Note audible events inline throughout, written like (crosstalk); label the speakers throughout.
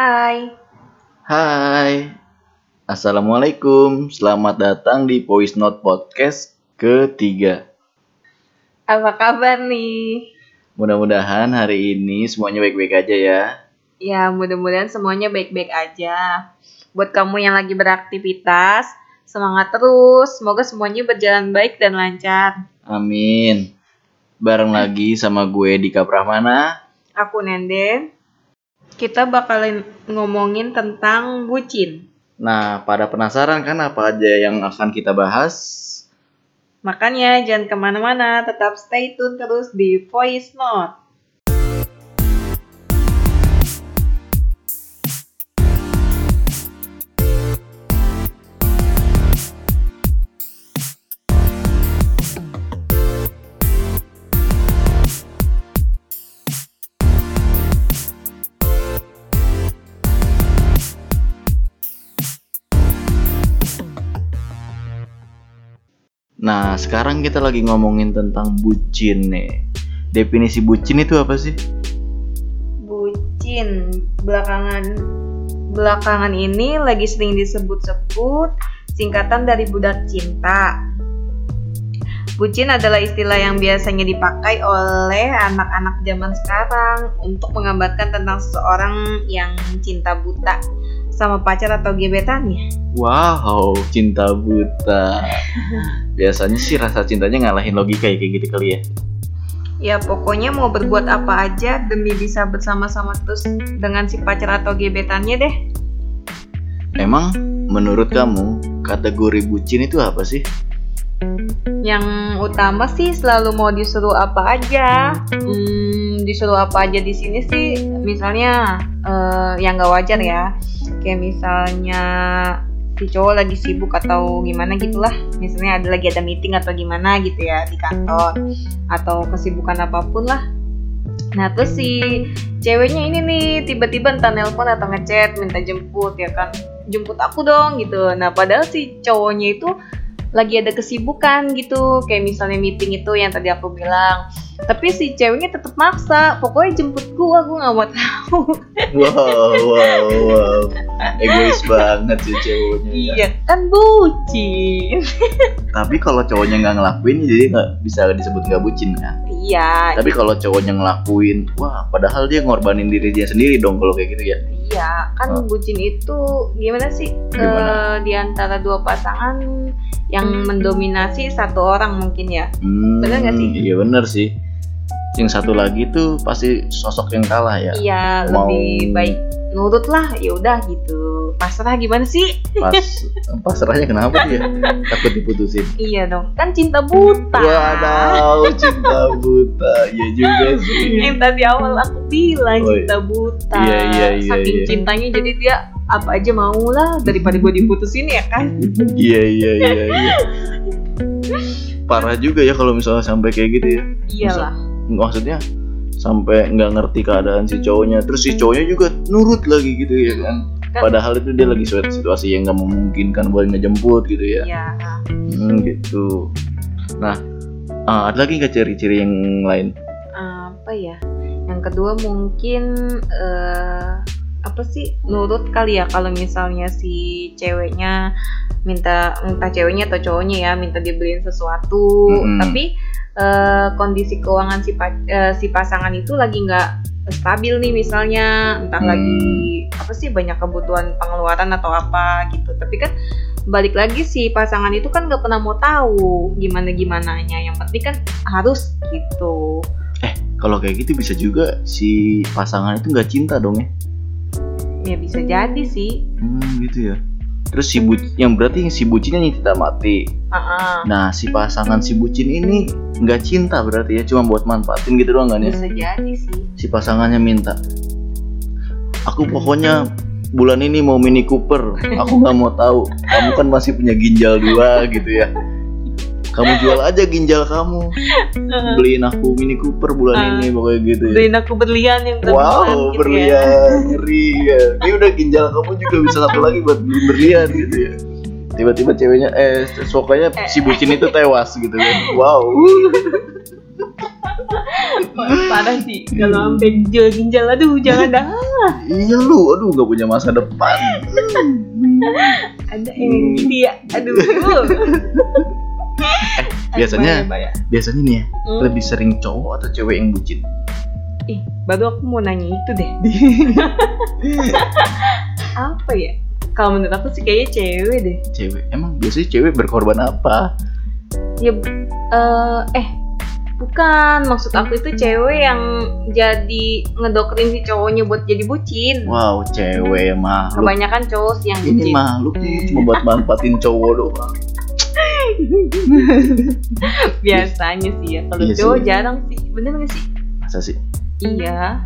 Speaker 1: Hai,
Speaker 2: Hai, Assalamualaikum, selamat datang di Voice Note Podcast ketiga.
Speaker 1: apa kabar nih?
Speaker 2: Mudah-mudahan hari ini semuanya baik-baik aja ya.
Speaker 1: Ya, mudah-mudahan semuanya baik-baik aja. Buat kamu yang lagi beraktivitas, semangat terus. Semoga semuanya berjalan baik dan lancar.
Speaker 2: Amin. Bareng lagi sama gue Dika Pramana.
Speaker 1: Aku Nenden. Kita bakalan ngomongin tentang bucin.
Speaker 2: Nah, pada penasaran kan apa aja yang akan kita bahas?
Speaker 1: Makanya jangan kemana-mana, tetap stay tune terus di Voice Note.
Speaker 2: Nah, sekarang kita lagi ngomongin tentang bucin nih. Definisi bucin itu apa sih?
Speaker 1: bucin belakangan belakangan ini lagi sering disebut-sebut singkatan dari budak cinta. Bucin adalah istilah yang biasanya dipakai oleh anak-anak zaman sekarang untuk menggambarkan tentang seseorang yang cinta buta sama pacar atau gebetannya.
Speaker 2: Wow, cinta buta. Biasanya sih rasa cintanya ngalahin logika ya kayak gitu kali ya.
Speaker 1: Ya pokoknya mau berbuat apa aja demi bisa bersama-sama terus dengan si pacar atau gebetannya deh.
Speaker 2: Emang menurut kamu kategori bucin itu apa
Speaker 1: (laughs)
Speaker 2: sih?
Speaker 1: Yang utama sih selalu mau disuruh apa aja. Hmm, disuruh apa aja di sini sih, misalnya eh, yang gak wajar ya. Kayak misalnya si cowok lagi sibuk atau gimana gitulah. Misalnya ada lagi ada meeting atau gimana gitu ya di kantor atau kesibukan apapun lah. Nah terus si ceweknya ini nih tiba-tiba entah nelpon atau ngechat minta jemput ya kan jemput aku dong gitu. Nah padahal si cowoknya itu lagi ada kesibukan gitu kayak misalnya meeting itu yang tadi aku bilang tapi si ceweknya tetap maksa pokoknya jemput gua gua nggak mau tahu
Speaker 2: Wow, wow, wow. Egois banget sih cowoknya. ya.
Speaker 1: iya kan bucin
Speaker 2: Tapi kalau cowoknya nggak ngelakuin jadi nggak bisa disebut nggak bucin kan.
Speaker 1: iya
Speaker 2: Tapi kalau cowoknya ngelakuin, wah padahal dia ngorbanin diri dia sendiri dong kalau kayak gitu ya.
Speaker 1: iya kan
Speaker 2: Oh.
Speaker 1: bucin itu gimana sih eh,
Speaker 2: Gimana?
Speaker 1: di antara dua pasangan yang mendominasi satu orang mungkin ya
Speaker 2: Hmm,
Speaker 1: Bener nggak sih? Hmm.
Speaker 2: Iya bener sih. Yang satu lagi tuh pasti sosok yang kalah ya.
Speaker 1: iya
Speaker 2: Mau-
Speaker 1: lebih baik nurut lah ya udah gitu pasrah gimana sih
Speaker 2: Pas pasrahnya kenapa dia? Takut diputusin.
Speaker 1: iya dong kan cinta buta
Speaker 2: Wadaw, cinta buta. Iya juga sih.
Speaker 1: yang tadi awal aku bilang
Speaker 2: Oh,
Speaker 1: cinta buta
Speaker 2: iya, iya, iya,
Speaker 1: saking
Speaker 2: iya.
Speaker 1: cintanya jadi dia apa aja mau lah daripada gue diputusin ya kan
Speaker 2: Iya iya iya iya. Parah juga ya kalau misalnya sampai kayak gitu ya.
Speaker 1: iyalah
Speaker 2: Maksudnya sampai nggak ngerti keadaan si cowoknya, terus si cowoknya juga nurut lagi gitu ya kan.
Speaker 1: Kan-
Speaker 2: Padahal itu dia lagi suatu situasi yang nggak memungkinkan buat ngejemput gitu ya.
Speaker 1: iya
Speaker 2: Hmm, gitu. Nah, ah, ada lagi nggak ciri-ciri yang lain?
Speaker 1: apa ya yang kedua mungkin eh, apa sih nurut kali ya kalau misalnya si ceweknya minta minta ceweknya atau cowoknya ya minta dibeliin sesuatu
Speaker 2: Mm-mm.
Speaker 1: tapi eh, kondisi keuangan si pa- eh, si pasangan itu lagi nggak stabil nih misalnya entah
Speaker 2: Hmm.
Speaker 1: lagi apa sih banyak kebutuhan pengeluaran atau apa gitu tapi kan balik lagi si pasangan itu kan nggak pernah mau tahu gimana gimananya yang penting kan harus gitu
Speaker 2: Kalau kayak gitu bisa juga si pasangan itu nggak cinta dong ya?
Speaker 1: ya bisa jadi sih
Speaker 2: Hmm, gitu ya. Terus si bu- yang berarti si bucinnya yang tidak mati.
Speaker 1: Ah,
Speaker 2: Nah, si pasangan si bucin ini nggak cinta berarti ya, cuma buat manfaatin gitu doang kan ya.
Speaker 1: bisa jadi sih
Speaker 2: Si pasangannya minta, aku pokoknya bulan ini mau Mini Cooper, aku nggak mau tahu. Kamu kan masih punya ginjal dua gitu ya. Kamu jual aja ginjal kamu, beliin aku Mini Cooper bulan ini pokoknya gitu ya.
Speaker 1: beliin aku berlian yang terbaik
Speaker 2: Wow,
Speaker 1: Ah. gitu ya.
Speaker 2: berlian, ngeri ya. Ini udah ginjal kamu juga bisa satu lagi buat beli berlian gitu ya. Tiba-tiba ceweknya,
Speaker 1: Eh.
Speaker 2: eh, sokanya si bucin itu tewas gitu kan. Wow.
Speaker 1: parah sih kalau sampai jual ginjal aduh jangan dah
Speaker 2: iya lu aduh nggak punya masa depan
Speaker 1: Eh, ada
Speaker 2: Hmm.
Speaker 1: yang gitu ya aduh
Speaker 2: (laughs) biasanya-
Speaker 1: Aduh, bahaya, bahaya.
Speaker 2: biasanya nih ya
Speaker 1: eh, Hmm.
Speaker 2: lebih sering cowok atau cewek yang bucin
Speaker 1: Ih, baru aku mau nanya itu
Speaker 2: (laughs)
Speaker 1: deh apa ya kalau menurut aku sih kayaknya cewek deh
Speaker 2: cewek emang biasanya cewek berkorban apa
Speaker 1: ya eh, eh bukan maksud aku itu cewek yang jadi ngedoktrin si cowoknya buat jadi bucin
Speaker 2: wow cewek
Speaker 1: Hmm.
Speaker 2: makhluk
Speaker 1: kebanyakan cowok sih yang
Speaker 2: ini
Speaker 1: bucin Hmm.
Speaker 2: makhluk nih cuma buat manfaatin cowok doang
Speaker 1: biasanya sih ya kalau
Speaker 2: Iya
Speaker 1: cowok
Speaker 2: sih.
Speaker 1: jarang sih bener gak sih
Speaker 2: masa sih
Speaker 1: iya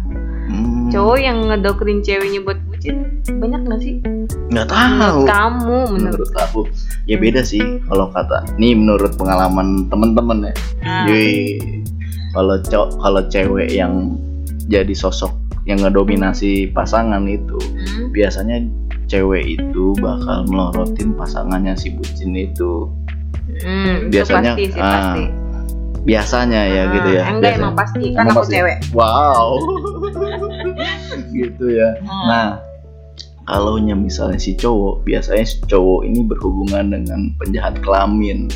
Speaker 2: Hmm,
Speaker 1: cowok yang ngedoktrin ceweknya buat bucin banyak gak sih
Speaker 2: nggak tahu
Speaker 1: kamu Hmm. menurut
Speaker 2: menurut aku ya beda sih kalau kata nih menurut pengalaman temen-temen ya
Speaker 1: Ah.
Speaker 2: Yoi. kalau cowok kalau cewek yang jadi sosok yang ngedominasi pasangan itu
Speaker 1: Hmm,
Speaker 2: biasanya cewek itu bakal melorotin pasangannya si bucin itu
Speaker 1: hmm, itu
Speaker 2: Biasanya,
Speaker 1: pasti sih
Speaker 2: ah,
Speaker 1: pasti
Speaker 2: biasanya ya
Speaker 1: Ah,
Speaker 2: gitu ya
Speaker 1: enggak
Speaker 2: biasanya.
Speaker 1: emang pasti kan
Speaker 2: Emang
Speaker 1: aku
Speaker 2: pasti.
Speaker 1: cewek
Speaker 2: wow (laughs) gitu ya
Speaker 1: Hmm.
Speaker 2: nah kalau misalnya si cowok biasanya si cowok ini berhubungan dengan penjahat kelamin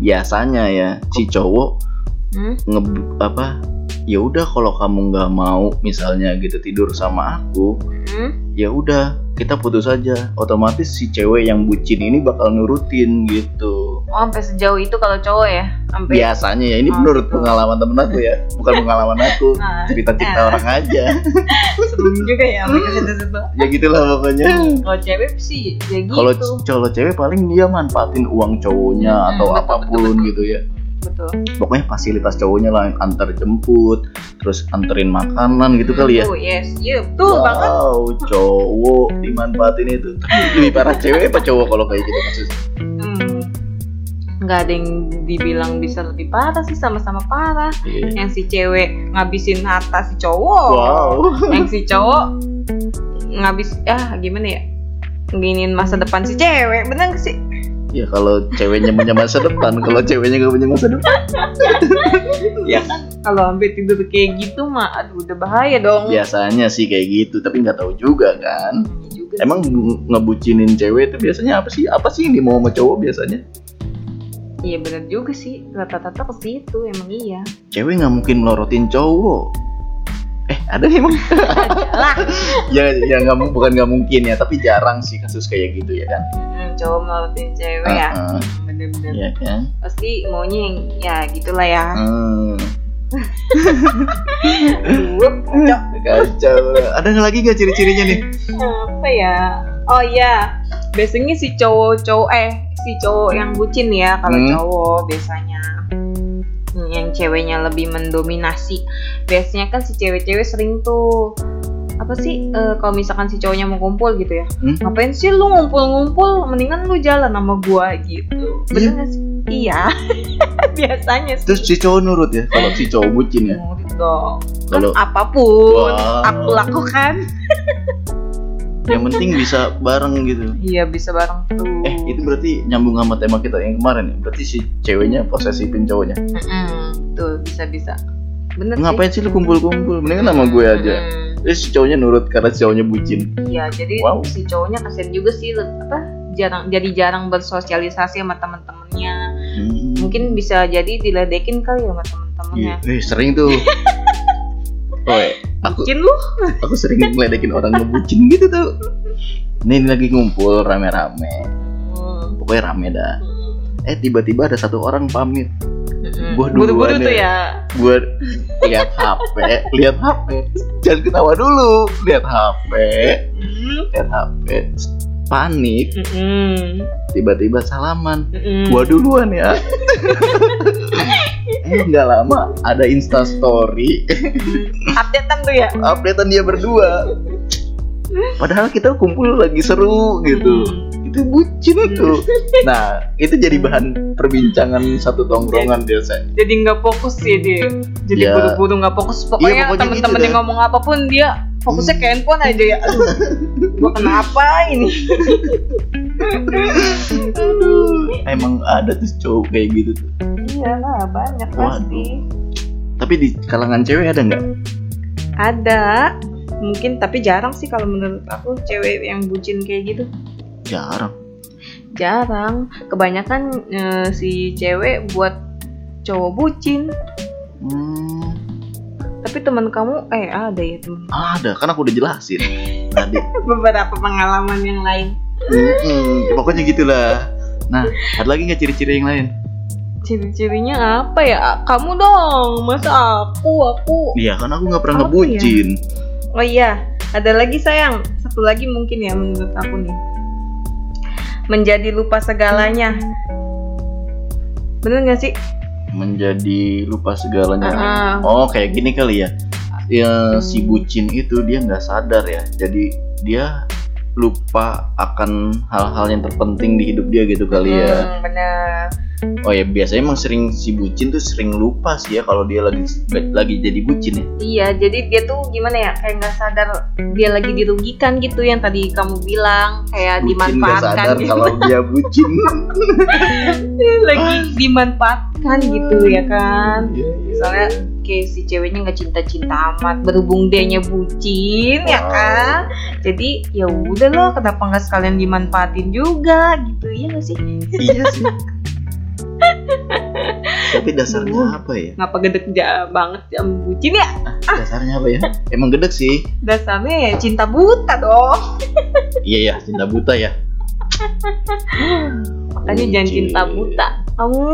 Speaker 2: biasanya ya si cowok
Speaker 1: Hmm?
Speaker 2: nge apa ya udah kalau kamu nggak mau misalnya gitu tidur sama aku
Speaker 1: Hmm?
Speaker 2: ya udah kita putus aja otomatis si cewek yang bucin ini bakal nurutin gitu
Speaker 1: Oh, sampai sejauh itu kalau cowok ya sampai
Speaker 2: biasanya ya ini
Speaker 1: Oh,
Speaker 2: menurut
Speaker 1: gitu.
Speaker 2: pengalaman temen aku ya bukan pengalaman aku
Speaker 1: (laughs) Nah,
Speaker 2: cerita cerita orang aja
Speaker 1: sebelum juga ya sampai ke situ-situ.
Speaker 2: ya gitulah pokoknya
Speaker 1: kalau cewek sih ya gitu
Speaker 2: kalau c- kalau cewek paling dia manfaatin uang
Speaker 1: Hmm,
Speaker 2: cowoknya atau
Speaker 1: betul,
Speaker 2: apapun
Speaker 1: betul, betul.
Speaker 2: gitu ya
Speaker 1: betul
Speaker 2: pokoknya fasilitas cowoknya lah antar jemput terus anterin makanan gitu kali ya
Speaker 1: Tuh, yes iya betul banget
Speaker 2: Wow, cowok dimanfaatin itu lebih parah cewek apa cowok kalau kayak gitu maksudnya?
Speaker 1: Hmm. nggak ada yang dibilang bisa lebih parah sih sama-sama parah yang si cewek ngabisin harta si cowok
Speaker 2: Wow,
Speaker 1: yang si cowok ngabis ah gimana ya nginin masa depan si cewek bener nggak sih
Speaker 2: ya kalau ceweknya punya masa depan, kalau ceweknya nggak punya masa depan, ya kan?
Speaker 1: kalau sampai tidur kayak gitu mah aduh udah bahaya dong
Speaker 2: Biasanya sih kayak gitu, tapi nggak tahu juga kan.
Speaker 1: Iya juga sih.
Speaker 2: Emang bu- ngebucinin cewek itu biasanya apa sih? Apa sih yang dimau sama cowok biasanya?
Speaker 1: iya bener juga sih rata-rata ke situ emang
Speaker 2: (laughs)
Speaker 1: iya
Speaker 2: Cewek nggak mungkin melorotin cowok. Eh, ada emang?
Speaker 1: lah
Speaker 2: ya, ya nggak mu- bukan nggak mungkin ya, tapi jarang sih kasus kayak gitu ya kan?
Speaker 1: Hmm, cowok melorotin cewek ya
Speaker 2: Heeh,
Speaker 1: bener-bener
Speaker 2: Iya kan?
Speaker 1: pasti maunya yang ya gitulah ya
Speaker 2: Hmm.
Speaker 1: Aduh, kocok.
Speaker 2: Kacau. Ada nggak lagi nggak ciri-cirinya nih?
Speaker 1: apa ya oh iya biasanya si cowok-cowok eh si cowok yang bucin ya kalau
Speaker 2: Hmm.
Speaker 1: cowok biasanya Hmm, yang ceweknya lebih mendominasi biasanya kan si cewek-cewek sering tuh apa sih eh, kalau misalkan si cowoknya mau kumpul gitu ya
Speaker 2: Hmm?
Speaker 1: ngapain sih lu ngumpul-ngumpul mendingan lu jalan sama gua gitu bener
Speaker 2: Iya.
Speaker 1: nggak sih iya (laughs) biasanya sih.
Speaker 2: Terus si cowok nurut ya, kalau si cowok bucin ya.
Speaker 1: Nurut dong. gitu. Kan
Speaker 2: Kalau-
Speaker 1: apapun
Speaker 2: Wah.
Speaker 1: aku lakukan.
Speaker 2: Yang penting bisa bareng gitu.
Speaker 1: Iya bisa bareng tuh.
Speaker 2: Eh, itu berarti nyambung sama tema kita yang kemarin ya. Berarti si ceweknya posesifin cowoknya.
Speaker 1: Mm-mm, Tuh bisa bisa. Bener sih.
Speaker 2: Ngapain sih lu kumpul-kumpul? Mendingan sama gue aja.
Speaker 1: Mm-mm.
Speaker 2: Terus si cowoknya nurut karena si cowoknya bucin.
Speaker 1: Iya jadi
Speaker 2: Wow.
Speaker 1: si cowoknya kasian juga sih le- apa jarang jadi jarang bersosialisasi sama teman-temannya.
Speaker 2: Hmm.
Speaker 1: Mungkin bisa jadi diledekin kali ya sama teman-temannya.
Speaker 2: Iya. Eh, sering
Speaker 1: (laughs)
Speaker 2: tuh. Woi, aku
Speaker 1: Bucin lu?
Speaker 2: aku sering ngeledekin orang ngebucin gitu tuh. Nih lagi ngumpul rame-rame. Pokoknya rame dah. Eh, tiba-tiba ada satu orang pamit.
Speaker 1: Mm-mm.
Speaker 2: Gua
Speaker 1: Buru-buru
Speaker 2: duluan
Speaker 1: tuh
Speaker 2: ya.
Speaker 1: ya.
Speaker 2: gue lihat HP, lihat HP, jangan ketawa dulu, lihat HP,
Speaker 1: Mm.
Speaker 2: lihat HP, panik,
Speaker 1: Mm-mm.
Speaker 2: tiba-tiba salaman,
Speaker 1: Mm-mm.
Speaker 2: gua duluan ya. eh nggak lama ada Insta Story,
Speaker 1: Mm. Updatean tuh ya.
Speaker 2: updatean dia berdua. Padahal kita kumpul lagi seru gitu. Itu bucin tuh. Nah, itu jadi bahan perbincangan satu tongkrongan biasa.
Speaker 1: jadi nggak fokus sih dia jadi
Speaker 2: Ya.
Speaker 1: buru-buru nggak fokus
Speaker 2: Iya,
Speaker 1: pokoknya,
Speaker 2: pokoknya
Speaker 1: temen-temen
Speaker 2: gitu
Speaker 1: yang
Speaker 2: dah.
Speaker 1: ngomong apapun dia fokusnya ke handphone
Speaker 2: (laughs)
Speaker 1: aja ya aduh gua kenapa ini
Speaker 2: Emang ada tuh cowok kayak gitu tuh.
Speaker 1: iyalah Iya banyak
Speaker 2: Waduh.
Speaker 1: pasti
Speaker 2: Tapi di kalangan cewek ada nggak?
Speaker 1: Ada mungkin tapi jarang sih kalau menurut aku cewek yang bucin kayak gitu.
Speaker 2: Jarang.
Speaker 1: Jarang. Kebanyakan eh, si cewek buat cowok bucin.
Speaker 2: Hmm,
Speaker 1: Tapi teman kamu eh ada ya teman.
Speaker 2: ada, kan aku udah jelasin tadi.
Speaker 1: (laughs) Beberapa pengalaman yang lain.
Speaker 2: Mm-mm, Hmm, pokoknya gitulah. Nah, ada lagi nggak ciri-ciri yang lain?
Speaker 1: Ciri-cirinya apa ya? Ah, Kamu dong, masa aku, aku.
Speaker 2: Iya, kan aku nggak pernah
Speaker 1: Apa
Speaker 2: ngebucin.
Speaker 1: Oh iya, ada lagi sayang. Satu lagi mungkin ya menurut aku nih. Menjadi lupa segalanya. Bener gak sih?
Speaker 2: Menjadi lupa segalanya.
Speaker 1: Ah. Hmm.
Speaker 2: Oh, kayak gini kali ya. Ya, si bucin itu dia nggak sadar ya. Jadi dia lupa akan hal-hal yang terpenting di hidup dia gitu kali ya.
Speaker 1: Hmm, bener. Hmm.
Speaker 2: Oh ya biasanya emang sering si bucin tuh sering lupa sih ya kalau dia lagi lagi jadi bucin ya.
Speaker 1: Iya, jadi dia tuh gimana ya? Kayak nggak sadar dia lagi dirugikan gitu yang tadi kamu bilang kayak
Speaker 2: Bucin nggak
Speaker 1: dimanfaatkan
Speaker 2: sadar
Speaker 1: gitu. Iya,
Speaker 2: kalau dia bucin.
Speaker 1: (laughs) lagi dimanfaatkan gitu ya kan.
Speaker 2: Iya, iya.
Speaker 1: Misalnya kayak si ceweknya nggak cinta-cinta amat, berhubung dia bucin ya
Speaker 2: Wow.
Speaker 1: kan. Jadi ya udah loh, kenapa nggak sekalian dimanfaatin juga gitu ya nggak sih?
Speaker 2: iya
Speaker 1: (laughs)
Speaker 2: sih. Tapi dasarnya apa ya?
Speaker 1: Ngapa gedek ja- banget sama bucin ya?
Speaker 2: Dasarnya apa ya? Emang gedek sih.
Speaker 1: Dasarnya ya cinta buta dong.
Speaker 2: Iya ya, cinta buta
Speaker 1: (laughs)
Speaker 2: ya.
Speaker 1: Makanya jangan
Speaker 2: Bucin.
Speaker 1: cinta buta. Kamu.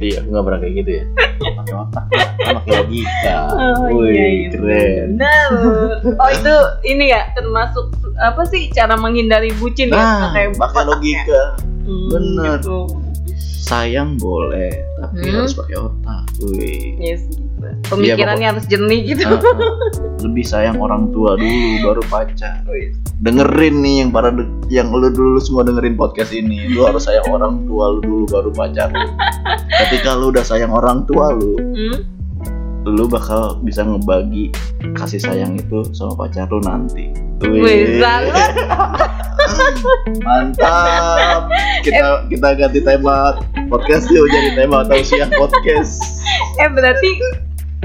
Speaker 2: Iya, aku nggak pernah kayak gitu ya. Pakai otak, kan pakai logika.
Speaker 1: (laughs) Oh
Speaker 2: Wih,
Speaker 1: iya, iya,
Speaker 2: keren.
Speaker 1: benar. Oh itu ini ya termasuk apa sih cara menghindari bucin
Speaker 2: Nah,
Speaker 1: ya? Pakai
Speaker 2: pakai logika.
Speaker 1: Hmm,
Speaker 2: bener.
Speaker 1: gitu.
Speaker 2: Sayang boleh, tapi
Speaker 1: Hmm.
Speaker 2: harus pakai otak. Wih.
Speaker 1: (laughs) Yes. gitu. Pemikirannya harus jernih gitu.
Speaker 2: Iya, Ah, ah. lebih sayang orang tua dulu baru pacar dengerin nih yang para de- yang lu dulu semua dengerin podcast ini lu harus sayang orang tua lu dulu baru pacar
Speaker 1: (laughs)
Speaker 2: lu ketika lu udah sayang orang tua lu
Speaker 1: Hmm?
Speaker 2: lu bakal bisa ngebagi kasih sayang itu sama pacar lu nanti Wih.
Speaker 1: Wih, salah.
Speaker 2: mantap kita kita ganti tema podcast yuk jadi tema atau siang podcast
Speaker 1: Eh berarti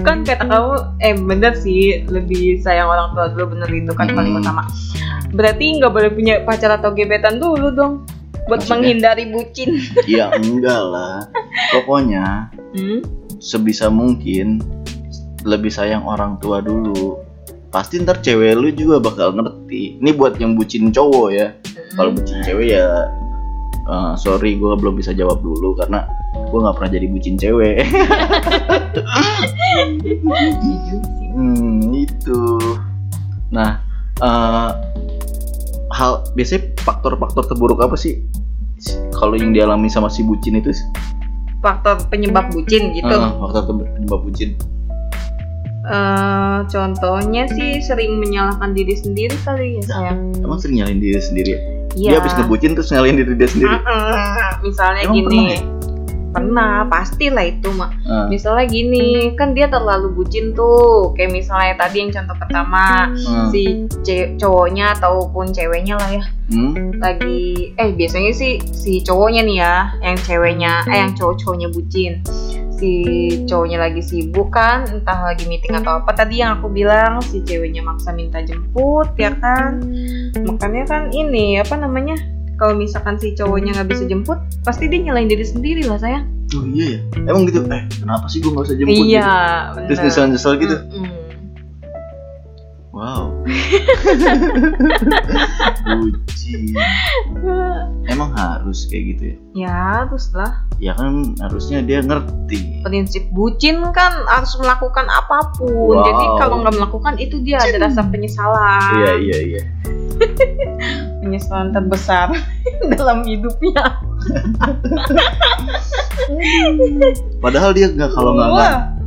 Speaker 1: kan kata kamu eh bener sih lebih sayang orang tua dulu bener itu kan paling
Speaker 2: Hmm.
Speaker 1: utama. Berarti nggak boleh punya pacar atau gebetan dulu dong buat
Speaker 2: Maksudnya?
Speaker 1: menghindari bucin.
Speaker 2: ya enggak lah pokoknya
Speaker 1: Hmm?
Speaker 2: sebisa mungkin lebih sayang orang tua dulu pasti ntar cewek lu juga bakal ngerti ini buat yang bucin cowok ya kalau bucin cewek ya eh, sorry gue belum bisa jawab dulu karena gue nggak pernah jadi bucin cewek hmm, itu nah eh, hal biasanya faktor-faktor terburuk apa sih kalau yang dialami sama si bucin itu sih?
Speaker 1: Faktor penyebab bucin gitu.
Speaker 2: Eh, faktor ter- penyebab bucin
Speaker 1: Eh, contohnya sih sering menyalahkan diri sendiri kali ya sayang.
Speaker 2: Emang sering nyalain diri sendiri ya? Dia
Speaker 1: Iya.
Speaker 2: habis ngebucin terus nyalain diri dia sendiri.
Speaker 1: Heeh, misalnya
Speaker 2: Emang
Speaker 1: gini.
Speaker 2: pernah ya?
Speaker 1: Pernah, pastilah itu mah.
Speaker 2: Ah,
Speaker 1: Misalnya gini, kan dia terlalu bucin tuh. Kayak misalnya tadi yang contoh pertama
Speaker 2: ah.
Speaker 1: si ce- cowoknya ataupun ceweknya lah ya
Speaker 2: Hmm?
Speaker 1: lagi eh biasanya sih si cowoknya nih ya, yang ceweknya
Speaker 2: Hmm.
Speaker 1: eh yang cowok-cowoknya bucin. Si cowoknya lagi sibuk kan, entah lagi meeting atau apa tadi yang aku bilang si ceweknya maksa minta jemput ya kan. Makanya kan ini apa namanya? Kalau misalkan si cowoknya nggak bisa jemput, pasti dia nyalain diri sendiri lah saya.
Speaker 2: Oh iya ya. Emang gitu. Eh, kenapa sih gue gak usah
Speaker 1: Iya,
Speaker 2: jemput? gitu?
Speaker 1: bener. Hmm.
Speaker 2: Terus nyesel-nyesel gitu.
Speaker 1: Mm-mm. (laughs)
Speaker 2: Wow. bucin. Emang harus kayak gitu ya?
Speaker 1: Ya, terus lah.
Speaker 2: Ya kan harusnya dia ngerti.
Speaker 1: Prinsip bucin kan harus melakukan apapun.
Speaker 2: Wow.
Speaker 1: Jadi kalau nggak melakukan itu dia ada rasa penyesalan.
Speaker 2: Iya iya iya.
Speaker 1: penyesalan terbesar (laughs) dalam hidupnya.
Speaker 2: Padahal dia nggak kalau nggak
Speaker 1: Wah,
Speaker 2: ngan-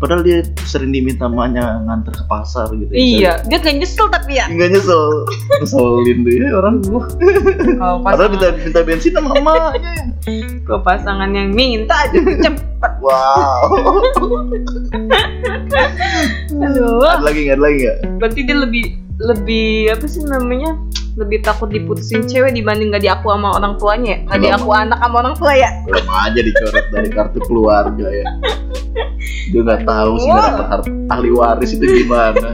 Speaker 2: Padahal dia sering diminta mamanya nganter ke pasar gitu.
Speaker 1: Iya, dia kayak nyesel tapi ya.
Speaker 2: Enggak nyesel. (laughs) Ngeselin tuh ya orang.
Speaker 1: Kalau
Speaker 2: Padahal minta,
Speaker 1: pasangan,
Speaker 2: minta bensin sama emaknya.
Speaker 1: kalau pasangan yang minta aja (laughs) tuh cepet.
Speaker 2: Wow. (laughs)
Speaker 1: Aduh,
Speaker 2: Ada lagi nggak? Ada lagi nggak?
Speaker 1: berarti dia lebih lebih apa sih namanya? lebih takut diputusin cewek dibanding gak diaku sama orang tuanya ya? Gak
Speaker 2: Belum.
Speaker 1: diaku anak sama orang tua ya?
Speaker 2: belum aja dicoret dari kartu keluarga ya dia nggak tahu sih nggak dapet har- ahli waris itu gimana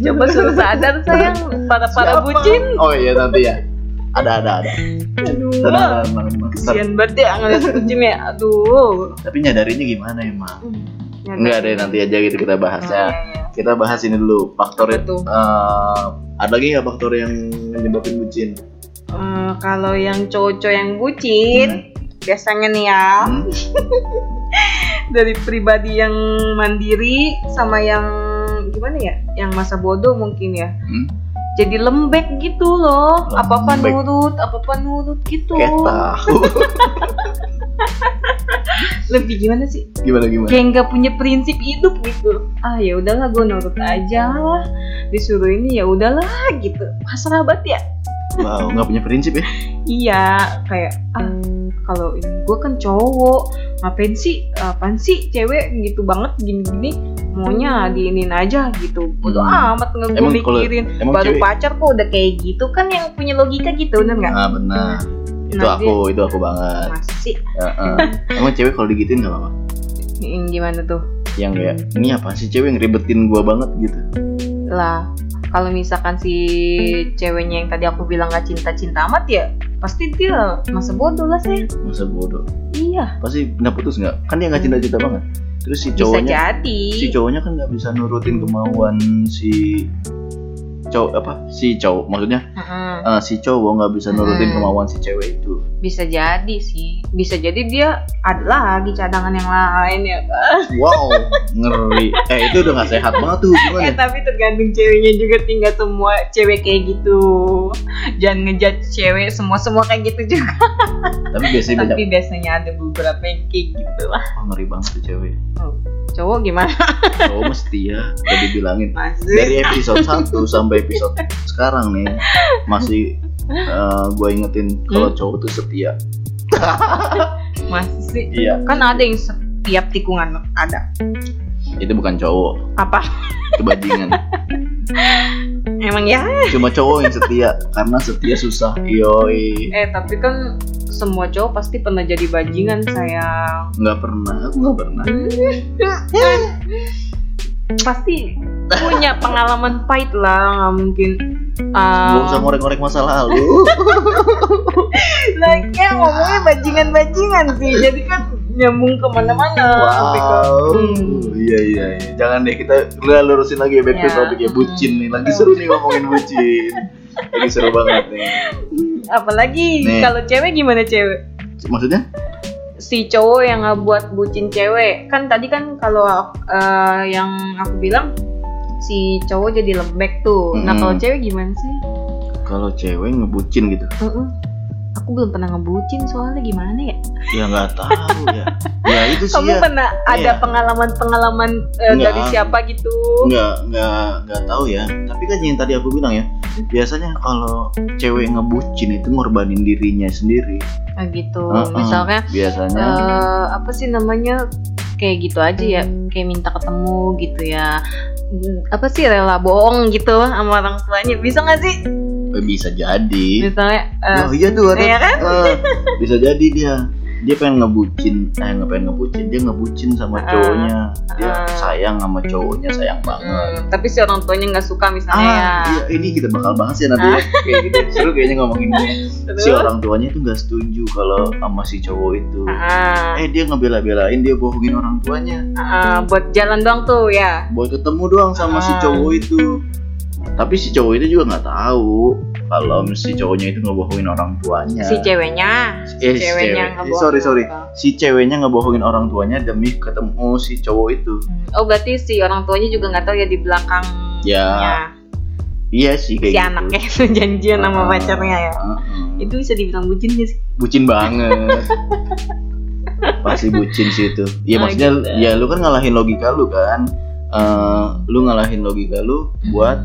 Speaker 1: Coba suruh sadar sayang para para
Speaker 2: Siapa?
Speaker 1: bucin.
Speaker 2: oh iya nanti ya ada ada ada tenang
Speaker 1: Aduh.
Speaker 2: tenang, tenang, tenang.
Speaker 1: Kesian banget ya ngeliat bucin ya. Aduh.
Speaker 2: tapi nyadarinya gimana emang
Speaker 1: Ya,
Speaker 2: nggak deh nanti aja gitu kita bahas
Speaker 1: Oh, iya.
Speaker 2: ya kita bahas ini dulu faktor
Speaker 1: Apa tuh?
Speaker 2: eh, ada lagi nggak faktor yang menyebabin bucin
Speaker 1: Eh, kalau yang cowok-cowok yang bucin biasanya nih ya
Speaker 2: Hmm?
Speaker 1: dari pribadi yang mandiri sama yang gimana ya yang masa bodoh mungkin ya
Speaker 2: Hmm?
Speaker 1: jadi lembek gitu loh apa apa
Speaker 2: Lembek.
Speaker 1: nurut apa apa nurut gitu
Speaker 2: kayak tahu
Speaker 1: lebih gimana sih
Speaker 2: gimana gimana
Speaker 1: kayak nggak punya prinsip hidup gitu ah ya udahlah gue nurut aja lah disuruh ini ya udahlah gitu pasrah banget ya
Speaker 2: wow nggak punya prinsip ya
Speaker 1: Iya, kayak ah, kalau ini gue kan cowok, ngapain sih? Apaan sih cewek gitu banget gini-gini maunya diinin aja gitu. Bodo
Speaker 2: Hmm.
Speaker 1: amat nggak gue
Speaker 2: Emang kalau-
Speaker 1: mikirin.
Speaker 2: emang
Speaker 1: Baru
Speaker 2: cewek-
Speaker 1: pacar kok udah kayak gitu kan yang punya logika gitu, bener nggak?
Speaker 2: ah benar itu
Speaker 1: Nah,
Speaker 2: aku itu aku banget
Speaker 1: Masih sih
Speaker 2: Heeh. emang cewek kalau digituin nggak apa-apa
Speaker 1: Hmm, gimana tuh?
Speaker 2: yang kayak ini apa sih cewek ngeribetin gua banget gitu
Speaker 1: Lah, kalau misalkan si ceweknya yang tadi aku bilang gak cinta-cinta amat ya, pasti dia masa bodoh lah sih.
Speaker 2: masa bodoh
Speaker 1: Iya,
Speaker 2: pasti pernah putus nggak kan dia nggak cinta cinta banget terus
Speaker 1: Hmm.
Speaker 2: si
Speaker 1: bisa
Speaker 2: cowoknya
Speaker 1: jadi.
Speaker 2: si cowoknya kan nggak bisa nurutin kemauan si cowok apa si cowok maksudnya
Speaker 1: Heeh.
Speaker 2: eh, si cowok nggak bisa nurutin
Speaker 1: Hmm.
Speaker 2: kemauan si cewek itu
Speaker 1: bisa jadi sih bisa jadi dia ada lagi cadangan yang lain ya kan
Speaker 2: wow ngeri eh itu udah nggak sehat banget tuh gimana
Speaker 1: eh tapi tergantung ceweknya juga tinggal semua cewek kayak gitu jangan ngejudge cewek semua semua kayak gitu juga
Speaker 2: tapi biasanya beda
Speaker 1: tapi biasanya ada beberapa yang kayak gitu lah
Speaker 2: Wah, ngeri banget tuh cewek
Speaker 1: Oh, cowok gimana (laughs)
Speaker 2: cowok mesti ya udah dibilangin
Speaker 1: masih
Speaker 2: dari episode 1 sampai episode sekarang nih masih gue ingetin kalau
Speaker 1: Hmm?
Speaker 2: cowok tuh setia
Speaker 1: masih sih
Speaker 2: iya
Speaker 1: kan ada yang setiap tikungan ada
Speaker 2: itu bukan cowok
Speaker 1: apa
Speaker 2: kebajingan
Speaker 1: emang ya
Speaker 2: cuma cowok yang setia karena setia susah yoi
Speaker 1: eh tapi kan semua cowok pasti pernah jadi bajingan sayang Eh,
Speaker 2: nggak pernah aku nggak pernah
Speaker 1: pasti punya pengalaman pahit lah nggak mungkin
Speaker 2: Gak usah
Speaker 1: um,
Speaker 2: ngorek-ngorek masa lalu
Speaker 1: lagi ya, ngomongnya bajingan bajingan sih jadi kan nyambung kemana-mana sampai ke-
Speaker 2: wow
Speaker 1: Hmm.
Speaker 2: iya iya iya. jangan deh kita udah lurusin lagi ya back to
Speaker 1: Ya.
Speaker 2: topic ya bucin nih lagi seru nih ngomongin bucin lagi seru banget nih
Speaker 1: apalagi
Speaker 2: Nih.
Speaker 1: kalau cewek gimana cewek
Speaker 2: maksudnya
Speaker 1: si cowok yang buat bucin cewek kan tadi kan kalau eh, yang aku bilang si cowok jadi lembek tuh nah
Speaker 2: Mm-mm.
Speaker 1: kalau cewek gimana sih
Speaker 2: kalau cewek ngebucin gitu
Speaker 1: Mm-mm. aku belum pernah ngebucin soalnya gimana ya
Speaker 2: ya nggak tahu ya ya itu sih
Speaker 1: kamu
Speaker 2: ya
Speaker 1: pernah ada
Speaker 2: Iya.
Speaker 1: pengalaman-pengalaman eh,
Speaker 2: Enggak.
Speaker 1: dari siapa gitu
Speaker 2: nggak nggak nggak tahu ya tapi kan yang tadi aku bilang ya biasanya kalau cewek ngebucin itu ngorbanin dirinya sendiri
Speaker 1: Nah, gitu
Speaker 2: Heeh, Iya.
Speaker 1: misalnya
Speaker 2: biasanya
Speaker 1: eh, apa sih namanya kayak gitu aja ya kayak minta ketemu gitu ya Hmm, apa sih rela bohong gitu sama orang tuanya bisa nggak sih
Speaker 2: eh, bisa jadi
Speaker 1: misalnya eh,
Speaker 2: oh iya tuh ada
Speaker 1: iya kan? (laughs)
Speaker 2: Eh, bisa jadi dia dia pengen ngebucin eh nggak pengen ngebucin dia ngebucin
Speaker 1: Ah,
Speaker 2: sama cowoknya dia
Speaker 1: ah.
Speaker 2: sayang sama cowoknya sayang banget
Speaker 1: hmm, tapi si orang tuanya nggak suka misalnya ya
Speaker 2: ah iya, ini kita bakal bahas ya nanti ya.
Speaker 1: Ah.
Speaker 2: kayak gitu seru kayaknya ngomongin
Speaker 1: (laughs) terus
Speaker 2: si orang tuanya itu nggak setuju kalau sama si cowok itu
Speaker 1: ah,
Speaker 2: eh dia ngebela-belain dia bohongin orang tuanya
Speaker 1: ah, buat jalan doang tuh ya
Speaker 2: buat ketemu doang sama si
Speaker 1: Ah.
Speaker 2: cowok itu tapi si cowok itu juga nggak tahu kalau si cowoknya itu ngebohongin orang tuanya
Speaker 1: si ceweknya
Speaker 2: Iya. Eh, si
Speaker 1: ceweknya
Speaker 2: cewek.
Speaker 1: nggak
Speaker 2: Eh,
Speaker 1: bohong.
Speaker 2: sorry sorry si ceweknya ngebohongin orang tuanya demi ketemu si cowok itu
Speaker 1: Hmm, oh berarti si orang tuanya juga nggak tahu ya di belakang
Speaker 2: Ya, iya sih
Speaker 1: si
Speaker 2: kayak gitu. Ah.
Speaker 1: anaknya itu (laughs) janjian sama pacarnya ya
Speaker 2: Heeh.
Speaker 1: itu bisa dibilang bucin gak sih
Speaker 2: bucin
Speaker 1: (laughs)
Speaker 2: banget pasti bucin sih itu ya
Speaker 1: Oh,
Speaker 2: maksudnya ya lu kan ngalahin logika lu kan Eh, lu ngalahin logika lu
Speaker 1: Hmm.
Speaker 2: buat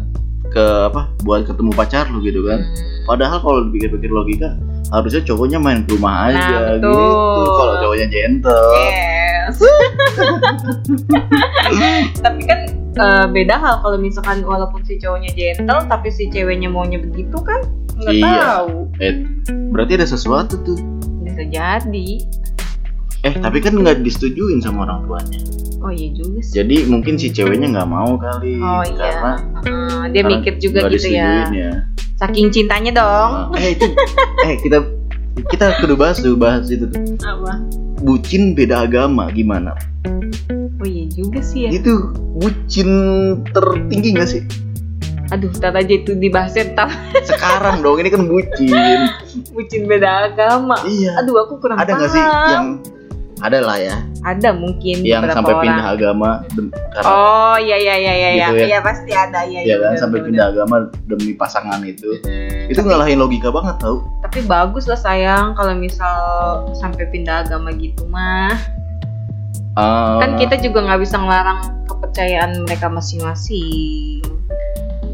Speaker 2: ke apa buat ketemu pacar lu gitu
Speaker 1: Hmm.
Speaker 2: kan padahal kalau dipikir-pikir logika harusnya cowoknya main ke rumah aja
Speaker 1: Nah, betul. Iya.
Speaker 2: gitu kalau (laughs) cowoknya gentle
Speaker 1: Yes. Tapi kan eh, beda hal kalau misalkan walaupun si cowoknya gentle tapi si ceweknya maunya begitu kan nggak
Speaker 2: Iya.
Speaker 1: tahu
Speaker 2: Eh, berarti ada sesuatu tuh.
Speaker 1: bisa jadi
Speaker 2: Eh, tapi
Speaker 1: Hmm.
Speaker 2: kan nggak disetujuin sama orang tuanya.
Speaker 1: oh iya juga sih
Speaker 2: Jadi mungkin si ceweknya nggak mau kali.
Speaker 1: oh iya
Speaker 2: Karena
Speaker 1: Heeh, dia
Speaker 2: karena
Speaker 1: mikir juga
Speaker 2: nggak
Speaker 1: gitu ya Oh.
Speaker 2: disetujuin ya.
Speaker 1: saking cintanya dong
Speaker 2: Nah, eh itu, eh kita kita kudu bahas tuh bahas itu tuh.
Speaker 1: apa
Speaker 2: Bucin beda agama gimana?
Speaker 1: oh iya juga sih ya
Speaker 2: Itu bucin tertinggi nggak sih?
Speaker 1: aduh ntar aja itu dibahasnya ntar
Speaker 2: Sekarang dong ini kan bucin.
Speaker 1: bucin beda agama
Speaker 2: Iya.
Speaker 1: aduh aku kurang
Speaker 2: Ada nggak sih
Speaker 1: paham.
Speaker 2: yang ada lah ya
Speaker 1: ada mungkin
Speaker 2: yang
Speaker 1: beberapa
Speaker 2: sampai
Speaker 1: orang.
Speaker 2: pindah agama dem- karena
Speaker 1: oh iya iya iya iya iya
Speaker 2: Gitu ya.
Speaker 1: Iya, pasti ada ya,
Speaker 2: ya kan sampai pindah agama demi pasangan itu itu ngalahin logika banget tau
Speaker 1: tapi bagus lah sayang kalau misal sampai pindah agama gitu mah
Speaker 2: Ah,
Speaker 1: kan kita juga nggak bisa ngelarang kepercayaan mereka masing-masing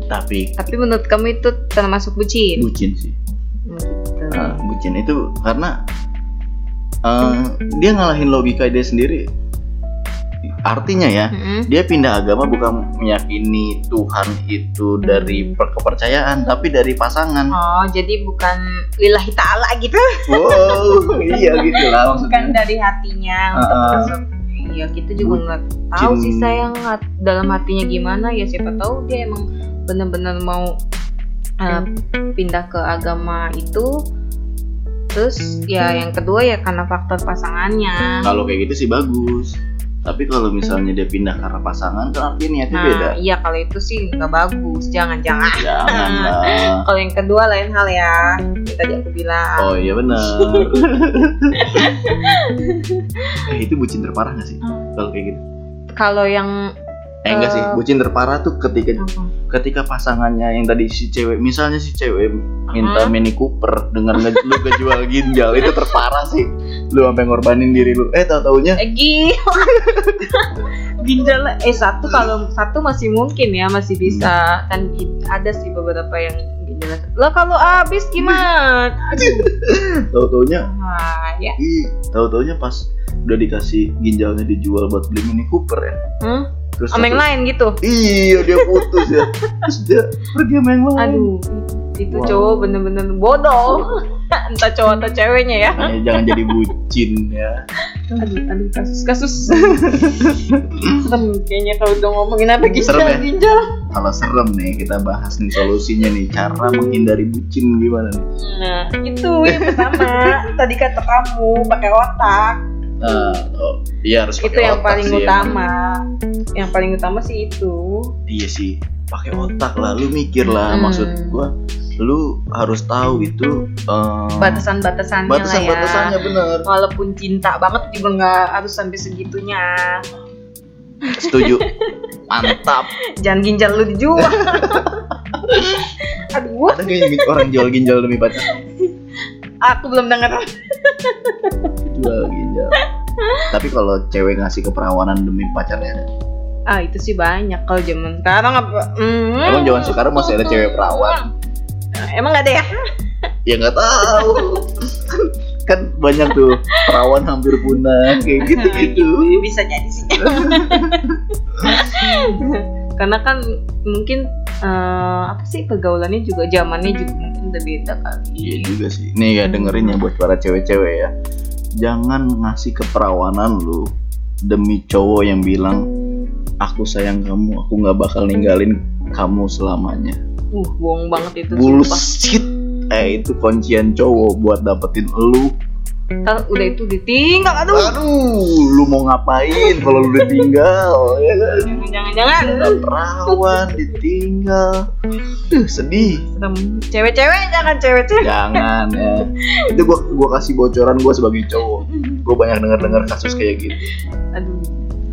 Speaker 2: tapi
Speaker 1: tapi menurut kamu itu termasuk bucin
Speaker 2: bucin sih
Speaker 1: Hmm, gitu.
Speaker 2: Ah, bucin itu karena ah, dia ngalahin logika dia sendiri artinya ya
Speaker 1: Mm-mm.
Speaker 2: dia pindah agama bukan meyakini Tuhan itu dari per- kepercayaan tapi dari pasangan
Speaker 1: oh jadi bukan lillahi ta'ala gitu
Speaker 2: wow iya gitu
Speaker 1: bukan
Speaker 2: lah maksudnya
Speaker 1: kan dari hatinya untuk
Speaker 2: Ah, ah.
Speaker 1: masuk. Iya kita juga nggak tahu
Speaker 2: Bucin.
Speaker 1: sih sayang hat- dalam hatinya gimana ya siapa tahu dia emang benar-benar mau eh, pindah ke agama itu terus ya
Speaker 2: Hmm.
Speaker 1: yang kedua ya karena faktor pasangannya
Speaker 2: kalau kayak gitu sih bagus tapi kalau misalnya dia pindah karena pasangan kan artinya niatnya beda
Speaker 1: nah iya kalau itu sih nggak bagus jangan-jangan
Speaker 2: jangan lah
Speaker 1: kalau yang kedua lain hal ya yang tadi aku bilang
Speaker 2: Oh iya
Speaker 1: (laughs)
Speaker 2: benar. eh itu bucin terparah gak sih? Kalau kayak gitu.
Speaker 1: kalau yang
Speaker 2: Eh enggak sih, bucin terparah tuh ketika
Speaker 1: apa?
Speaker 2: ketika pasangannya yang tadi si cewek, misalnya si cewek minta
Speaker 1: Hmm.
Speaker 2: Mini Cooper dengan nge, lu ngejual ginjal itu terparah sih. Lu sampai ngorbanin diri lu. Eh tahu-taunya
Speaker 1: Eh, gila ginjal eh satu kalau satu masih mungkin ya masih bisa kan gi- ada sih beberapa yang ginjal lo kalau habis gimana
Speaker 2: tahu-taunya
Speaker 1: ah, ya
Speaker 2: ih, tahu-taunya pas udah dikasih ginjalnya dijual buat beli Mini Cooper ya.
Speaker 1: hmm?
Speaker 2: Terus
Speaker 1: sama yang
Speaker 2: satu-
Speaker 1: lain gitu
Speaker 2: Iya, dia putus ya. Terus dia pergi sama yang lain.
Speaker 1: aduh itu
Speaker 2: Wow.
Speaker 1: cowok bener-bener bodoh (laughs) entah cowok atau ceweknya ya
Speaker 2: Makanya jangan jadi bucin ya.
Speaker 1: aduh aduh kasus kasus serem kayaknya kalau udah ngomongin apa ginjal
Speaker 2: Serem ya?
Speaker 1: ginjal
Speaker 2: Kalau serem nih kita bahas nih solusinya nih cara menghindari bucin gimana nih?
Speaker 1: nah itu yang pertama tadi kata kamu pakai otak
Speaker 2: Nah, oh, iya harus
Speaker 1: itu
Speaker 2: pakai
Speaker 1: yang
Speaker 2: otak
Speaker 1: paling
Speaker 2: sih,
Speaker 1: utama yang paling utama sih itu
Speaker 2: emang. Iya sih, pakai otak lah, lu mikir lah
Speaker 1: Hmm.
Speaker 2: maksud gua lu harus tahu itu eh,
Speaker 1: batasan-batasannya
Speaker 2: batasan
Speaker 1: lah ya
Speaker 2: batasannya bener
Speaker 1: walaupun cinta banget juga nggak harus sampai segitunya
Speaker 2: setuju mantap
Speaker 1: jangan ginjal lu
Speaker 2: (laughs)
Speaker 1: dijual aduh
Speaker 2: ada nggak yang orang jual ginjal demi pacar
Speaker 1: aku belum dengar
Speaker 2: jual ginjal tapi kalau cewek ngasih keperawanan demi ya, pacarnya ada.
Speaker 1: ah itu sih banyak kalau zaman sekarang apa Hmm.
Speaker 2: emang zaman sekarang masih ada cewek perawan
Speaker 1: emang nggak ada ya
Speaker 2: ya nggak tahu kan banyak tuh perawan hampir punah kayak gitu
Speaker 1: (laughs)
Speaker 2: gitu
Speaker 1: Ya, bisa jadi
Speaker 2: (laughs)
Speaker 1: sih karena kan mungkin eh, apa sih pergaulannya juga zamannya juga mungkin udah beda kali
Speaker 2: Hmm. iya juga sih nih ya dengerin ya buat para cewek-cewek ya jangan ngasih keperawanan lu demi cowok yang bilang aku sayang kamu aku nggak bakal ninggalin kamu selamanya
Speaker 1: uh bohong banget itu sumpah.
Speaker 2: bullshit eh itu kuncian cowok buat dapetin lu
Speaker 1: Ntar udah itu ditinggal aduh
Speaker 2: aduh lu mau ngapain kalau lu ditinggal ya kan
Speaker 1: jangan jangan
Speaker 2: Ada perawan ditinggal Duh, sedih
Speaker 1: cewek-cewek jangan cewek-cewek
Speaker 2: jangan ya itu gua gua kasih bocoran gua sebagai cowok gua banyak dengar dengar kasus kayak gitu
Speaker 1: aduh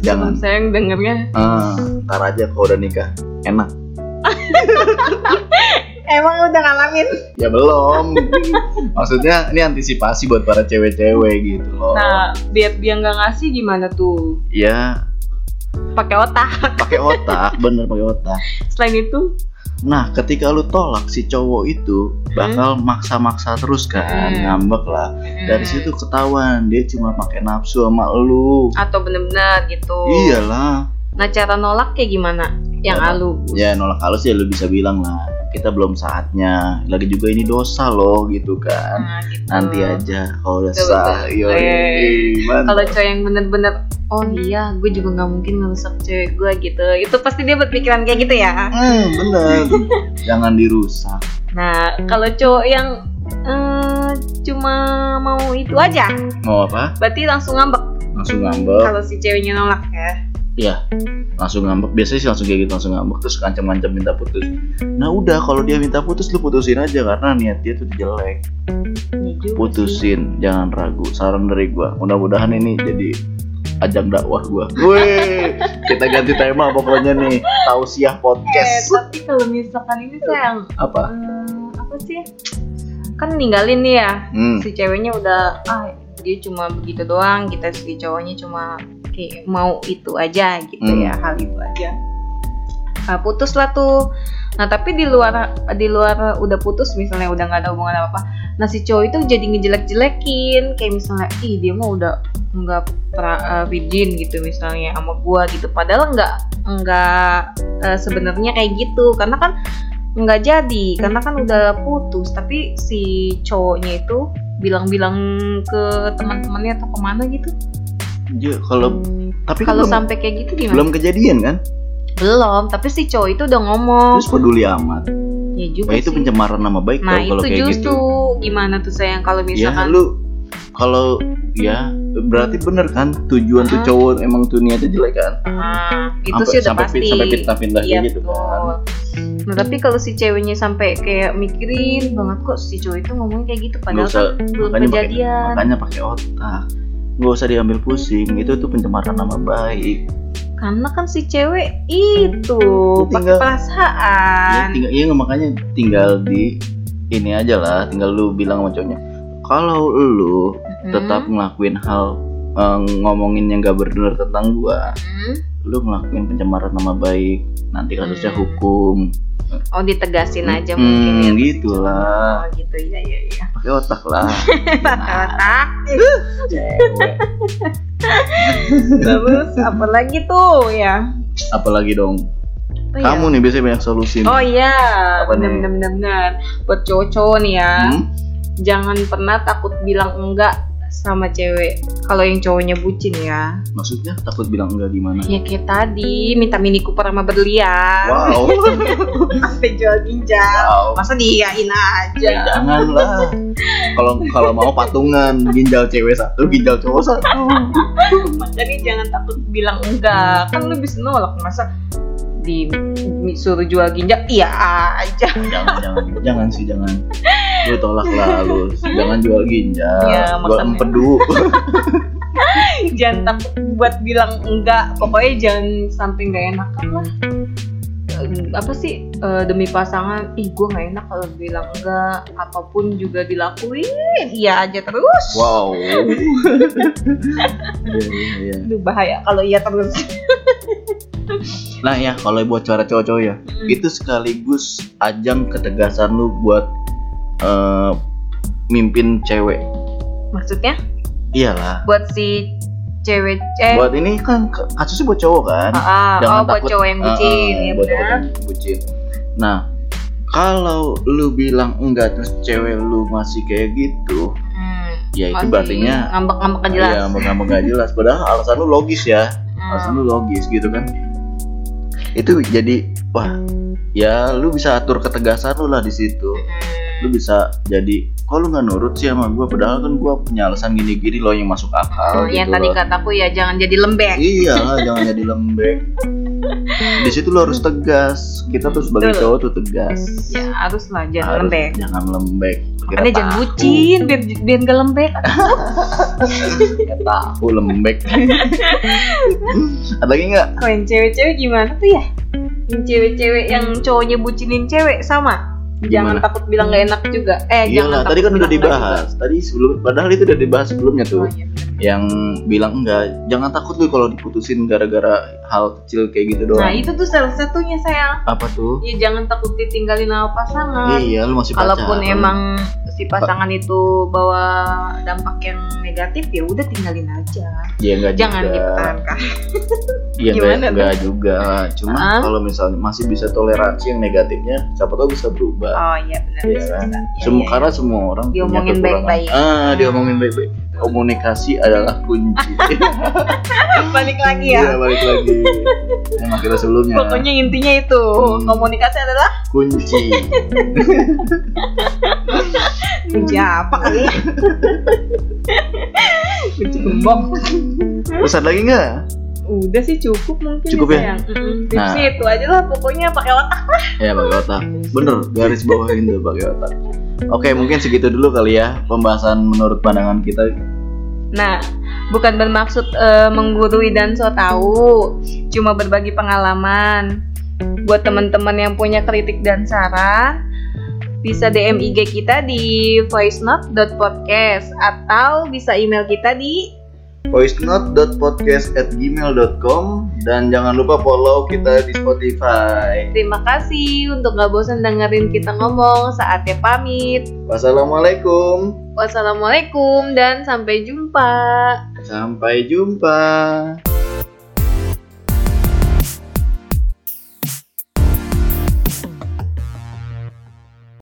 Speaker 2: jangan
Speaker 1: sayang dengernya
Speaker 2: ah ntar aja kalau udah nikah enak
Speaker 1: emang udah ngalamin
Speaker 2: ya
Speaker 1: (laughs)
Speaker 2: belum maksudnya ini antisipasi buat para cewek-cewek gitu loh
Speaker 1: nah biar dia nggak ngasih gimana tuh
Speaker 2: ya
Speaker 1: pakai otak
Speaker 2: pakai otak bener pakai otak
Speaker 1: selain itu
Speaker 2: nah ketika lu tolak si cowok itu bakal maksa-maksa terus kan
Speaker 1: Hmm.
Speaker 2: ngambek lah dari
Speaker 1: Oh.
Speaker 2: situ ketahuan dia cuma pakai nafsu sama lu
Speaker 1: atau bener-bener gitu
Speaker 2: iyalah
Speaker 1: Nah cara nolak kayak gimana? Yang
Speaker 2: Cara-
Speaker 1: alu.
Speaker 2: ya Iya. nolak halus ya lu bisa bilang lah kita belum saatnya lagi juga ini dosa loh gitu
Speaker 1: Nah,
Speaker 2: kan
Speaker 1: gitu.
Speaker 2: nanti aja kalau udah
Speaker 1: Betul,
Speaker 2: sah
Speaker 1: betul.
Speaker 2: yoi,
Speaker 1: Eh,
Speaker 2: mantap.
Speaker 1: Kalau cowok yang bener-bener oh iya gue juga nggak mungkin ngerusak cewek gue gitu itu pasti dia berpikiran kayak gitu ya
Speaker 2: Hmm,
Speaker 1: (laughs)
Speaker 2: bener jangan dirusak
Speaker 1: nah kalau cowok yang eh, cuma mau itu aja
Speaker 2: mau apa
Speaker 1: berarti langsung ngambek
Speaker 2: langsung ngambek
Speaker 1: kalau si ceweknya nolak ya
Speaker 2: ya langsung ngambek biasanya sih langsung kayak gitu langsung ngambek terus ngancam-ngancam minta putus nah udah kalau dia minta putus lu putusin aja karena niat dia tuh jelek
Speaker 1: Iya juga sih.
Speaker 2: putusin jangan ragu saran dari gua mudah-mudahan ini jadi ajang dakwah gua (laughs) Wih, kita ganti tema pokoknya nih tausiah
Speaker 1: eh,
Speaker 2: podcast
Speaker 1: tapi kalau misalkan ini sayang
Speaker 2: apa
Speaker 1: eh, apa sih kan ninggalin nih ya
Speaker 2: hmm.
Speaker 1: si ceweknya udah ah dia cuma begitu doang kita si cowoknya cuma kayak mau itu aja gitu
Speaker 2: Hmm.
Speaker 1: ya hal itu aja nah, putus lah tuh nah tapi di luar di luar udah putus misalnya udah nggak ada hubungan apa apa nah si cowok itu jadi ngejelek-jelekin kayak misalnya ih dia mah udah nggak pra, eh, virgin gitu misalnya sama gua gitu padahal nggak nggak eh, sebenarnya kayak gitu karena kan nggak jadi karena kan udah putus tapi si cowoknya itu bilang-bilang ke teman-temannya atau kemana gitu
Speaker 2: Dia kalau tapi
Speaker 1: Hmm. kalau
Speaker 2: kan belum,
Speaker 1: sampai kayak gitu gimana
Speaker 2: belum kejadian kan
Speaker 1: belum tapi si cowok itu udah ngomong
Speaker 2: terus peduli amat
Speaker 1: ya juga
Speaker 2: nah, itu
Speaker 1: sih.
Speaker 2: pencemaran nama baik
Speaker 1: nah
Speaker 2: tau kalau
Speaker 1: itu
Speaker 2: kayak
Speaker 1: justru
Speaker 2: gitu
Speaker 1: gimana tuh sayang kalau
Speaker 2: ya
Speaker 1: misalkan
Speaker 2: lu kalau ya berarti bener kan tujuan tuh
Speaker 1: Ah.
Speaker 2: cowok emang tuh niatnya jelek kan
Speaker 1: Ah, itu
Speaker 2: Sampai-
Speaker 1: sih udah
Speaker 2: sampai
Speaker 1: pasti
Speaker 2: fit- sampai fitnah-fitnah kayak
Speaker 1: Iya,
Speaker 2: gitu
Speaker 1: betul.
Speaker 2: kan.
Speaker 1: nah tapi kalau si ceweknya sampai kayak mikirin banget kok si cowok itu ngomong kayak gitu
Speaker 2: nggak
Speaker 1: padahal
Speaker 2: usah
Speaker 1: kan belum
Speaker 2: makanya pakai
Speaker 1: kejadian
Speaker 2: makanya pakai otak nggak usah diambil pusing itu tuh pencemaran nama baik
Speaker 1: karena kan si cewek itu pakai
Speaker 2: Ditinggal. ya,
Speaker 1: perasaan
Speaker 2: tinggal iya makanya tinggal di ini aja lah tinggal lu bilang sama cowoknya kalau lu
Speaker 1: Hmm.
Speaker 2: tetap ngelakuin hal eh, ngomongin yang gak bener tentang gua
Speaker 1: Hmm.
Speaker 2: lu ngelakuin pencemaran nama baik nanti kasusnya
Speaker 1: Hmm.
Speaker 2: hukum
Speaker 1: Oh ditegasin aja
Speaker 2: Hmm,
Speaker 1: mungkin ya.
Speaker 2: gitu lah.
Speaker 1: Oh gitu ya ya ya.
Speaker 2: pakai otak
Speaker 1: (laughs)
Speaker 2: lah Nah,
Speaker 1: Otak.
Speaker 2: cewek.
Speaker 1: Terus apa lagi tuh ya?
Speaker 2: apalagi dong
Speaker 1: Apa ya?
Speaker 2: kamu nih biasanya banyak solusi nih.
Speaker 1: Oh iya,
Speaker 2: Apa
Speaker 1: benar
Speaker 2: nih?
Speaker 1: benar benar, benar. Buat cowok-cowok nih ya,
Speaker 2: Hmm?
Speaker 1: jangan pernah takut bilang enggak sama cewek. Kalau yang cowoknya bucin ya,
Speaker 2: maksudnya takut bilang enggak gimana
Speaker 1: ya kayak tadi minta mini cooper sama berlian, (laughs)
Speaker 2: wow
Speaker 1: sampai jual ginjal.
Speaker 2: wow
Speaker 1: Masa diiyain
Speaker 2: Ya,
Speaker 1: aja.
Speaker 2: janganlah kalau kalau mau patungan ginjal cewek satu ginjal cowok satu
Speaker 1: Makanya jangan takut bilang enggak. Kan lu bisa nolak masa di suruh jual ginjal iya aja
Speaker 2: jangan jangan jangan sih jangan lu tolak lah lu jangan jual ginjal
Speaker 1: Iya,
Speaker 2: jual
Speaker 1: makanya.
Speaker 2: empedu
Speaker 1: jangan takut buat bilang enggak pokoknya jangan sampai nggak enakan lah Eh, apa sih eh, demi pasangan ih gue nggak enak kalau bilang enggak apapun juga dilakuin iya aja terus
Speaker 2: wow (laughs) Iya, iya, iya.
Speaker 1: Aduh, bahaya kalau iya terus (laughs)
Speaker 2: nah ya kalau buat cara cowok-cowok ya
Speaker 1: Hmm.
Speaker 2: itu sekaligus ajang ketegasan lu buat eh, mimpin cewek
Speaker 1: maksudnya
Speaker 2: iyalah
Speaker 1: buat si cewek eh
Speaker 2: buat ini kan k- kasusnya buat cowok kan
Speaker 1: ah, ah,
Speaker 2: jangan
Speaker 1: oh, buat
Speaker 2: takut,
Speaker 1: cowok yang
Speaker 2: eh,
Speaker 1: bucin
Speaker 2: eh,
Speaker 1: ya
Speaker 2: buat cowok
Speaker 1: benar
Speaker 2: yang bucin nah kalau lu bilang enggak terus cewek lu masih kayak gitu
Speaker 1: Hmm,
Speaker 2: ya
Speaker 1: masih
Speaker 2: itu berartinya
Speaker 1: ngambek-ngambek aja jelas
Speaker 2: ya mengamu nggak jelas padahal alasan lu logis ya
Speaker 1: Hmm.
Speaker 2: alasan lu logis gitu kan itu jadi wah ya lu bisa atur ketegasan lu lah di situ
Speaker 1: Hmm.
Speaker 2: lu bisa jadi kok lu nggak nurut sih sama gua padahal kan gua punya alasan gini-gini loh yang masuk
Speaker 1: Oh,
Speaker 2: akal
Speaker 1: Hmm. yang
Speaker 2: gitu
Speaker 1: tadi
Speaker 2: loh.
Speaker 1: kataku ya jangan jadi lembek
Speaker 2: iya lah, jangan jadi lembek di situ lo harus tegas kita tuh sebagai
Speaker 1: Betul.
Speaker 2: cowok tuh tegas
Speaker 1: ya harus lah jangan
Speaker 2: Harus-
Speaker 1: lembek
Speaker 2: jangan lembek Kita
Speaker 1: Makanya jangan
Speaker 2: tahu-
Speaker 1: bucin biar biar gak lembek.
Speaker 2: kita tahu
Speaker 1: (laughs)
Speaker 2: lembek ada lagi nggak
Speaker 1: Kalau yang cewek-cewek gimana tuh ya? Yang cewek-cewek yang cowoknya bucinin cewek sama. Jangan
Speaker 2: Gimana?
Speaker 1: takut bilang gak enak juga. Eh
Speaker 2: Iya
Speaker 1: jangan
Speaker 2: lah,
Speaker 1: takut
Speaker 2: tadi kan udah
Speaker 1: bilang gak
Speaker 2: dibahas. Tadi sebelum, padahal itu udah dibahas sebelumnya
Speaker 1: enak. Oh,
Speaker 2: tuh.
Speaker 1: iya.
Speaker 2: Yang bilang enggak, jangan takut lu kalau diputusin gara-gara hal kecil kayak gitu doang.
Speaker 1: Nah itu tuh salah satunya sayang.
Speaker 2: Apa tuh?
Speaker 1: Ya jangan takut ditinggalin sama pasangan.
Speaker 2: Iya, lu masih pacaran.
Speaker 1: Kalaupun emang si si pasangan itu bawa dampak yang negatif ya udah tinggalin aja
Speaker 2: ya enggak
Speaker 1: jangan
Speaker 2: juga.
Speaker 1: dipertahankan
Speaker 2: Iya enggak,
Speaker 1: Gimana tuh?
Speaker 2: enggak juga. Cuma
Speaker 1: Ah?
Speaker 2: kalau misalnya masih bisa toleransi yang negatifnya, siapa tahu bisa berubah.
Speaker 1: oh iya benar
Speaker 2: Iya
Speaker 1: bisa
Speaker 2: kan?
Speaker 1: bisa. Iya,
Speaker 2: Semua
Speaker 1: iya.
Speaker 2: karena semua orang punya
Speaker 1: Diomongin
Speaker 2: kekurangan.
Speaker 1: baik-baik.
Speaker 2: Ah, diomongin baik-baik. Komunikasi adalah
Speaker 1: (laughs)
Speaker 2: kunci.
Speaker 1: (laughs) balik lagi ya
Speaker 2: Iya, balik
Speaker 1: (laughs)
Speaker 2: lagi. Emang kita sebelumnya
Speaker 1: pokoknya intinya itu
Speaker 2: Hmm.
Speaker 1: komunikasi adalah
Speaker 2: kunci.
Speaker 1: kunci apa kali ya? kunci gembok
Speaker 2: Terus ada lagi nggak?
Speaker 1: udah sih cukup mungkin
Speaker 2: Cukup ya?
Speaker 1: sayang. Mm-mm. tipsnya
Speaker 2: Nah.
Speaker 1: itu aja lah pokoknya pakai otak
Speaker 2: Ya pakai otak. Bener, garis bawahin tuh pakai otak. Oke, mungkin segitu dulu kali ya pembahasan menurut pandangan kita.
Speaker 1: Nah, bukan bermaksud eh, menggurui dan so tahu, cuma berbagi pengalaman. Buat teman-teman yang punya kritik dan saran, bisa DM IG kita di voicenote.podcast atau bisa email kita di
Speaker 2: voicenote.podcast@gmail.com dan jangan lupa follow kita di Spotify.
Speaker 1: Terima kasih untuk gak bosan dengerin kita ngomong saatnya pamit.
Speaker 2: Wassalamualaikum.
Speaker 1: Wassalamualaikum dan sampai jumpa.
Speaker 2: Sampai jumpa.